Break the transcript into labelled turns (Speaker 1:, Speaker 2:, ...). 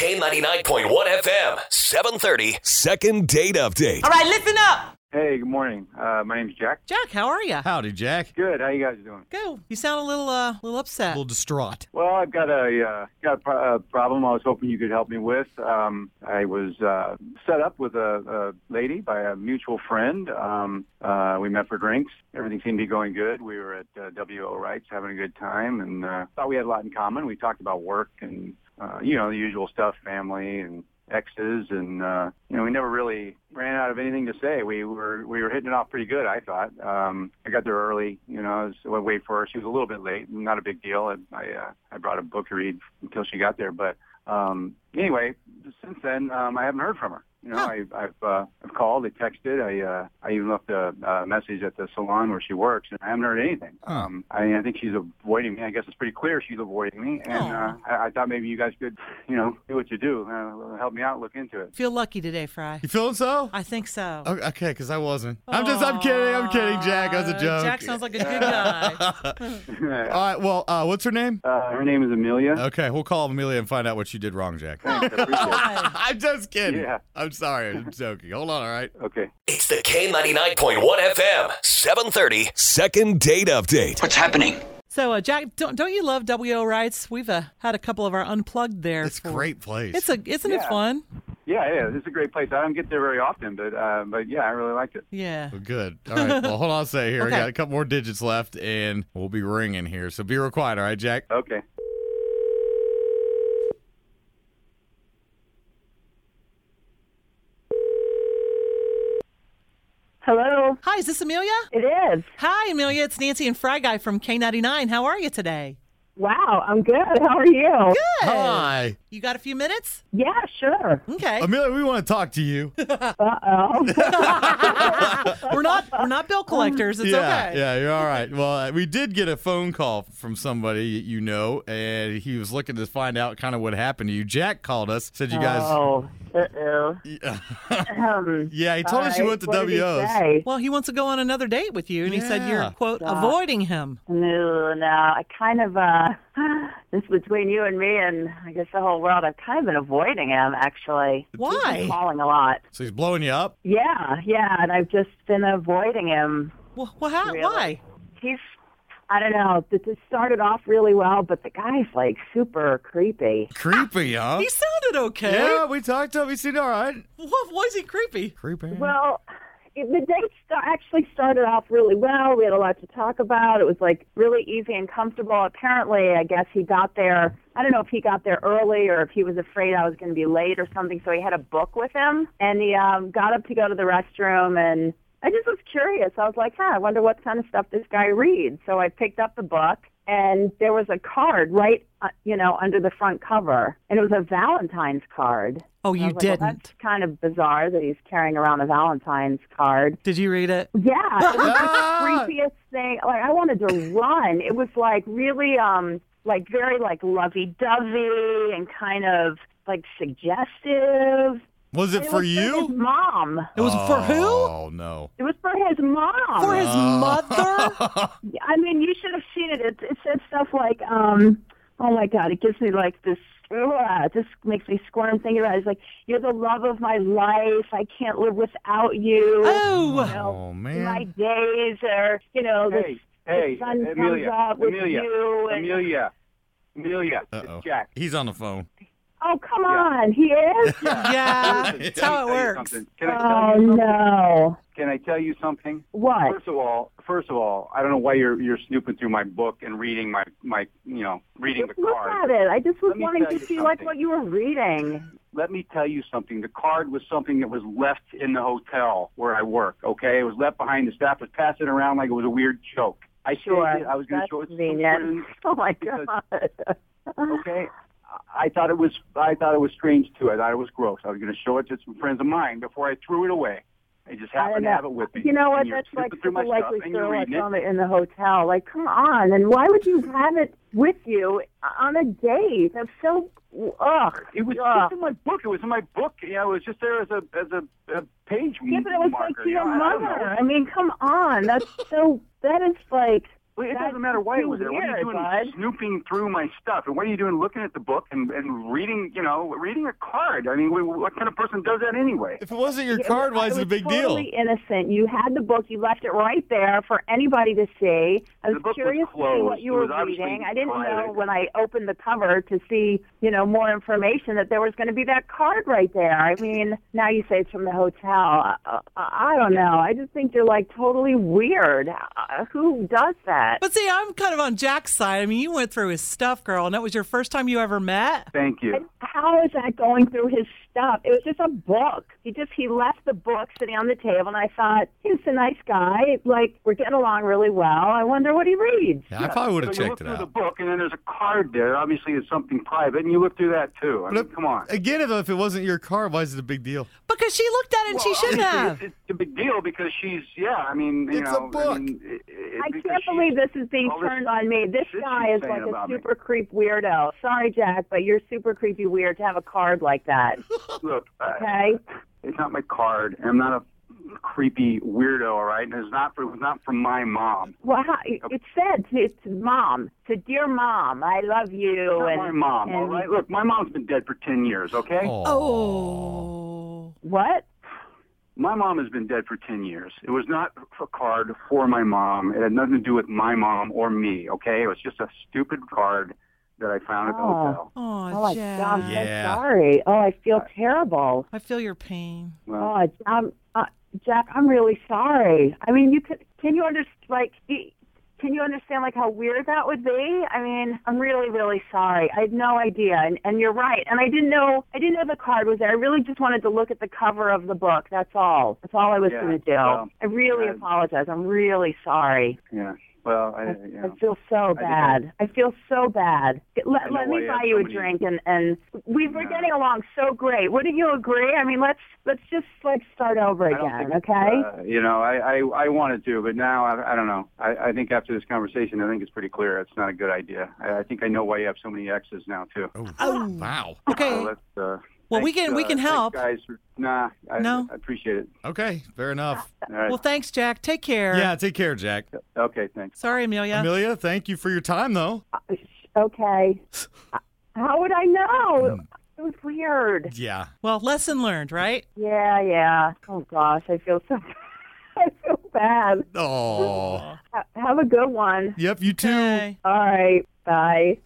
Speaker 1: K99.1 FM, 730.
Speaker 2: Second date update.
Speaker 3: All right, listen up.
Speaker 4: Hey, good morning. Uh, my name's Jack.
Speaker 3: Jack, how are you?
Speaker 5: Howdy, Jack.
Speaker 4: Good. How you guys doing?
Speaker 3: Go. You sound a little uh, little upset.
Speaker 5: A little distraught.
Speaker 4: Well, I've got a uh, got a, pro- a problem. I was hoping you could help me with. Um, I was uh, set up with a, a lady by a mutual friend. Um, uh, we met for drinks. Everything seemed to be going good. We were at uh, W.O. Wright's having a good time, and uh, thought we had a lot in common. We talked about work and uh, you know the usual stuff, family and exes and uh you know we never really ran out of anything to say we were we were hitting it off pretty good i thought um i got there early you know i was I wait for her she was a little bit late not a big deal i i, uh, I brought a book to read until she got there but um anyway since then um i haven't heard from her you know
Speaker 3: Huh.
Speaker 4: i i've uh, i've called i texted i uh i even left a, a message at the salon where she works and i haven't heard anything
Speaker 5: Huh.
Speaker 4: um i i think she's avoiding me i guess it's pretty clear she's avoiding me and
Speaker 3: Aw.
Speaker 4: uh I, I thought maybe you guys could, you know, do what you do, uh, help me out, look into it.
Speaker 3: Feel lucky today, Fry.
Speaker 5: You feeling so?
Speaker 3: I think so.
Speaker 5: O- Okay, because I wasn't. I'm just, I'm kidding. I'm kidding, Jack. That's a
Speaker 3: Aw,
Speaker 5: joke.
Speaker 3: Uh, Jack sounds like a good guy.
Speaker 5: All right, well, uh, what's her name?
Speaker 4: uh, her name is Amelia.
Speaker 5: Okay, we'll call Amelia and find out what she did wrong, Jack.
Speaker 3: Oh,
Speaker 4: Thanks, I appreciate it.
Speaker 5: I'm just kidding.
Speaker 4: Yeah.
Speaker 5: I'm sorry. I'm joking. Hold on, all right?
Speaker 4: Okay.
Speaker 1: It's the K99.1 FM, 730.
Speaker 2: Second date update.
Speaker 6: What's happening?
Speaker 3: so, uh, Jack, don't don't you love WO rights? We've uh, had a couple of our unplugged there.
Speaker 5: It's a
Speaker 3: for-
Speaker 5: great place.
Speaker 3: It's a isn't it
Speaker 4: Yeah.
Speaker 3: fun?
Speaker 4: Yeah, yeah, it's a great place. I don't get there very often, but uh, but yeah, I really liked it.
Speaker 3: Yeah.
Speaker 5: Well, Good. All right. Well, hold on a second here.
Speaker 3: Okay.
Speaker 5: I got a couple more digits left, and we'll be ringing here. So be real quiet, all right, Jack?
Speaker 4: Okay.
Speaker 7: Hello,
Speaker 3: Hi, is this Amelia?
Speaker 7: it is.
Speaker 3: Hi, Amelia. It's Nancy and Fry Guy from K99. How are you today?
Speaker 7: Wow, I'm good. How are you?
Speaker 3: Good.
Speaker 5: Hi.
Speaker 3: You got a few minutes?
Speaker 7: Yeah, sure.
Speaker 3: Okay.
Speaker 5: Amelia, we want to talk to you. It's
Speaker 7: Uh oh.
Speaker 3: we're not we're not bill collectors. It's
Speaker 5: um, yeah,
Speaker 3: okay.
Speaker 5: yeah, you're all right. Well, uh, we did get a phone call from somebody you know, and he was looking to find out kind of what happened to you. Jack called us, said you guys.
Speaker 7: Oh, uh oh.
Speaker 5: Yeah, he told us you went to WO's.
Speaker 3: Well, he wants to go on another date with you, and he said you're
Speaker 5: Yeah.
Speaker 3: quote avoiding him.
Speaker 7: No, no, I kind of, uh, this is between you and me and I guess the whole world, I've kind of been avoiding him actually.
Speaker 3: Why?
Speaker 7: Calling a lot.
Speaker 5: So he's blowing you up.
Speaker 7: Yeah, yeah, and I've just been avoiding him.
Speaker 3: Well, well how,
Speaker 7: Really?
Speaker 3: why?
Speaker 7: He's, I don't know, this this started off really well, but the guy's like super creepy.
Speaker 5: Creepy, huh?
Speaker 3: He sounded okay.
Speaker 5: yeah, we talked to him. He seemed all right.
Speaker 3: What was he creepy?
Speaker 5: Creepy.
Speaker 7: Well, it, the date sta- actually started off really well. We had a lot to talk about. It was like really easy and comfortable. Apparently, I guess he got there. I don't know if he got there early or if he was afraid I was going to be late or something. So he had a book with him, and he um, got up to go to the restroom and. I just was curious. I was like, huh, I wonder what kind of stuff this guy reads. So I picked up the book, and there was a card right, uh, you know, under the front cover. And it was a Valentine's card.
Speaker 3: Oh,
Speaker 7: I
Speaker 3: you
Speaker 7: was like,
Speaker 3: didn't.
Speaker 7: well, that's kind of bizarre that he's carrying around a Valentine's card.
Speaker 3: Did you read it?
Speaker 7: Yeah, it was
Speaker 5: Ah!
Speaker 7: the creepiest thing. Like I wanted to run. It was like really, um, like very like lovey-dovey and kind of like suggestive.
Speaker 5: Was it
Speaker 7: It
Speaker 5: for
Speaker 7: was his
Speaker 5: you?
Speaker 7: mom.
Speaker 3: It was for who?
Speaker 5: Oh Uh. no.
Speaker 7: It was for his mom.
Speaker 3: For his mother?
Speaker 7: I mean, you should have seen it. It, it said stuff like, um, "Oh my God!" It gives me like this. Ugh, it just makes me squirm thinking about it. It's like you're the love of my life. I can't live without you.
Speaker 3: Oh,
Speaker 5: Oh
Speaker 7: my
Speaker 5: man.
Speaker 7: days are, you know, this,
Speaker 4: Hey, hey,
Speaker 7: the sun
Speaker 4: Amelia,
Speaker 7: comes up with
Speaker 4: Amelia,
Speaker 7: you. And,
Speaker 4: Amelia, Amelia,
Speaker 5: Uh-oh.
Speaker 4: it's Jack.
Speaker 5: He's on the phone.
Speaker 7: oh, come on, he is?
Speaker 3: yeah.
Speaker 4: Listen,
Speaker 3: Uh, That's
Speaker 4: let me
Speaker 3: how it
Speaker 4: tell you
Speaker 3: works.
Speaker 4: something. Can I
Speaker 7: oh,
Speaker 4: tell you something?
Speaker 7: no.
Speaker 4: Can I tell you something?
Speaker 7: What?
Speaker 4: First of all, first of all, I don't know why you're you're snooping through my book and reading my my you know reading the
Speaker 7: Just look
Speaker 4: card.
Speaker 7: at it. I just was
Speaker 4: Let me
Speaker 7: wanting
Speaker 4: tell
Speaker 7: to
Speaker 4: you
Speaker 7: see like
Speaker 4: something.
Speaker 7: what you were reading.
Speaker 4: let me tell you something. The card was something that was left in the hotel where I work. Okay, it was left behind. The staff was passing it around like it was a weird joke. I
Speaker 7: Sure.
Speaker 4: saved it. I was going to
Speaker 7: That's
Speaker 4: show it to
Speaker 7: convenient.
Speaker 4: someone.
Speaker 7: Oh my
Speaker 4: because-
Speaker 7: god.
Speaker 4: Okay, I- I thought it was. I thought it was strange too. I thought it was gross. I was going to show it to some friends of mine before I threw it away. I just
Speaker 7: I don't
Speaker 4: happened to
Speaker 7: know.
Speaker 4: have it with me.
Speaker 7: You know what?
Speaker 4: And you're
Speaker 7: That's like
Speaker 4: snooping through my
Speaker 7: super
Speaker 4: stuff
Speaker 7: likely
Speaker 4: and you're
Speaker 7: throwing
Speaker 4: reading it.
Speaker 7: from it in the hotel. Like, come on! And why would you have it with you on a date? That's so ugh.
Speaker 4: It was
Speaker 7: ugh.
Speaker 4: just in my book. It was in my book. You know, it was just there as a as a, a page
Speaker 7: Yeah, but it was
Speaker 4: marker.
Speaker 7: like to
Speaker 4: you
Speaker 7: your
Speaker 4: know, I don't know.
Speaker 7: mother. I mean, come on. That's so. That is like.
Speaker 4: Well, it
Speaker 7: That's
Speaker 4: doesn't matter why it
Speaker 7: too
Speaker 4: was there.
Speaker 7: weird,
Speaker 4: what are you
Speaker 7: bud.
Speaker 4: doing snooping through my stuff? And what are you doing looking at the book and, and reading, you know, reading a card? I mean, wh- what kind of person does that anyway?
Speaker 5: If it wasn't your
Speaker 7: Yeah,
Speaker 5: card,
Speaker 7: well,
Speaker 5: why is it a
Speaker 7: was
Speaker 5: big
Speaker 7: totally
Speaker 5: deal?
Speaker 7: innocent. You had the book. You left it right there for anybody to see. I
Speaker 4: The
Speaker 7: was
Speaker 4: book was
Speaker 7: curious to see
Speaker 4: closed.
Speaker 7: what you
Speaker 4: It
Speaker 7: were
Speaker 4: was obviously
Speaker 7: reading. I didn't know
Speaker 4: private.
Speaker 7: when I opened the cover to see, you know, more information that there was going to be that card right there. I mean, now you say it's from the hotel. I, I, I don't know. I just think you're like totally weird. Uh, who does that?
Speaker 3: But see, I'm kind of on Jack's side. I mean, you went through his stuff, girl, and that was your first time you ever met.
Speaker 4: Thank you.
Speaker 7: How is that going through his stuff? It was just a book. He just he left the book sitting on the table, and I thought he's a nice guy. Like we're getting along really well. I wonder what he reads.
Speaker 5: Yeah, I probably would have
Speaker 4: so you look
Speaker 5: checked it
Speaker 4: through the
Speaker 5: out.
Speaker 4: book, and then there's a card there. Obviously, it's something private, and you look through that too. I mean, come on.
Speaker 5: Again, if, if it wasn't your card, why is it a big deal?
Speaker 3: Because she looked at it and she shouldn't
Speaker 4: Well,
Speaker 3: have.
Speaker 4: It's, it's a big deal because she's yeah. I mean, you
Speaker 5: It's a
Speaker 4: know,
Speaker 5: book.
Speaker 4: I, mean, it- it-
Speaker 7: I
Speaker 4: because
Speaker 7: can't
Speaker 4: she's-
Speaker 7: believe this is being
Speaker 4: all this
Speaker 7: turned on me. This
Speaker 4: shit
Speaker 7: guy
Speaker 4: she's
Speaker 7: is like
Speaker 4: saying
Speaker 7: a
Speaker 4: about me.
Speaker 7: super creep weirdo. Sorry, Jack, but you're super creepy weird to have a card like that.
Speaker 4: Look, uh,
Speaker 7: Okay.
Speaker 4: it's not my card. and I'm not a creepy weirdo, all right? And it's not for, it was not from my mom.
Speaker 7: Well, how, it said to, to mom, to dear mom, I love you.
Speaker 4: Not
Speaker 7: and
Speaker 4: my mom, all
Speaker 7: and-
Speaker 4: right? Look, my mom's been dead for 10 years, okay?
Speaker 3: Oh.
Speaker 7: What?
Speaker 4: My mom has been dead for 10 years. It was not a card for my mom. It had nothing to do with my mom or me, okay? It was just a stupid card that I found at the
Speaker 7: Oh.
Speaker 4: hotel.
Speaker 7: Oh,
Speaker 3: Oh,
Speaker 7: my gosh,
Speaker 3: Jack.
Speaker 5: Yeah.
Speaker 7: I'm sorry. Oh, I feel terrible.
Speaker 3: I feel your pain.
Speaker 4: Well,
Speaker 7: Oh, um, uh, Jack, I'm really sorry. I mean, you could, can you understand, like, y- can you understand, like, how weird that would be? I mean, I'm really, really sorry. I had no idea. And, and you're right. And I didn't know, I didn't know the card was there. I really just wanted to look at the cover of the book. That's all. That's all I was
Speaker 4: Yeah,
Speaker 7: going to do.
Speaker 4: well,
Speaker 7: I really
Speaker 4: yeah.
Speaker 7: apologize. I'm really sorry.
Speaker 4: yeah. Well, I, you
Speaker 7: I
Speaker 4: know.
Speaker 7: feel so bad. I, feel so bad. Let,
Speaker 4: know
Speaker 7: let
Speaker 4: why
Speaker 7: me
Speaker 4: you
Speaker 7: buy
Speaker 4: have
Speaker 7: you
Speaker 4: so
Speaker 7: a
Speaker 4: many-
Speaker 7: drink, and and we were
Speaker 4: Yeah.
Speaker 7: getting along so great. Wouldn't you agree? I mean, let's let's just like start over
Speaker 4: I don't
Speaker 7: again,
Speaker 4: think,
Speaker 7: okay?
Speaker 4: Uh, you know, I, I, I wanted to, but now I, I don't know. I, I think after this conversation, I think it's pretty clear it's not a good idea. I, I think I know why you have so many exes now too.
Speaker 3: Oh.
Speaker 5: Wow.
Speaker 3: Okay.
Speaker 4: So that's, uh,
Speaker 3: Well,
Speaker 4: thanks,
Speaker 3: we can- we
Speaker 4: uh,
Speaker 3: can
Speaker 4: thanks,
Speaker 3: help.
Speaker 4: guys. For, nah, I,
Speaker 3: No?
Speaker 4: I appreciate it.
Speaker 5: Okay, fair enough.
Speaker 4: All right.
Speaker 3: Well, thanks, Jack. Take care.
Speaker 5: Yeah, take care, Jack.
Speaker 4: okay, thanks.
Speaker 3: Sorry, Amelia.
Speaker 5: Amelia, thank you for your time, though.
Speaker 4: uh,
Speaker 7: Uh, Okay. How would I know?
Speaker 4: Hmm.
Speaker 7: It was weird.
Speaker 5: Yeah.
Speaker 3: Well, lesson learned, right?
Speaker 7: Yeah, yeah. Oh gosh, I feel so. I feel bad.
Speaker 5: Oh.
Speaker 7: Ha- Have a good one.
Speaker 5: Yep, you too.
Speaker 3: Okay.
Speaker 7: All right. Bye.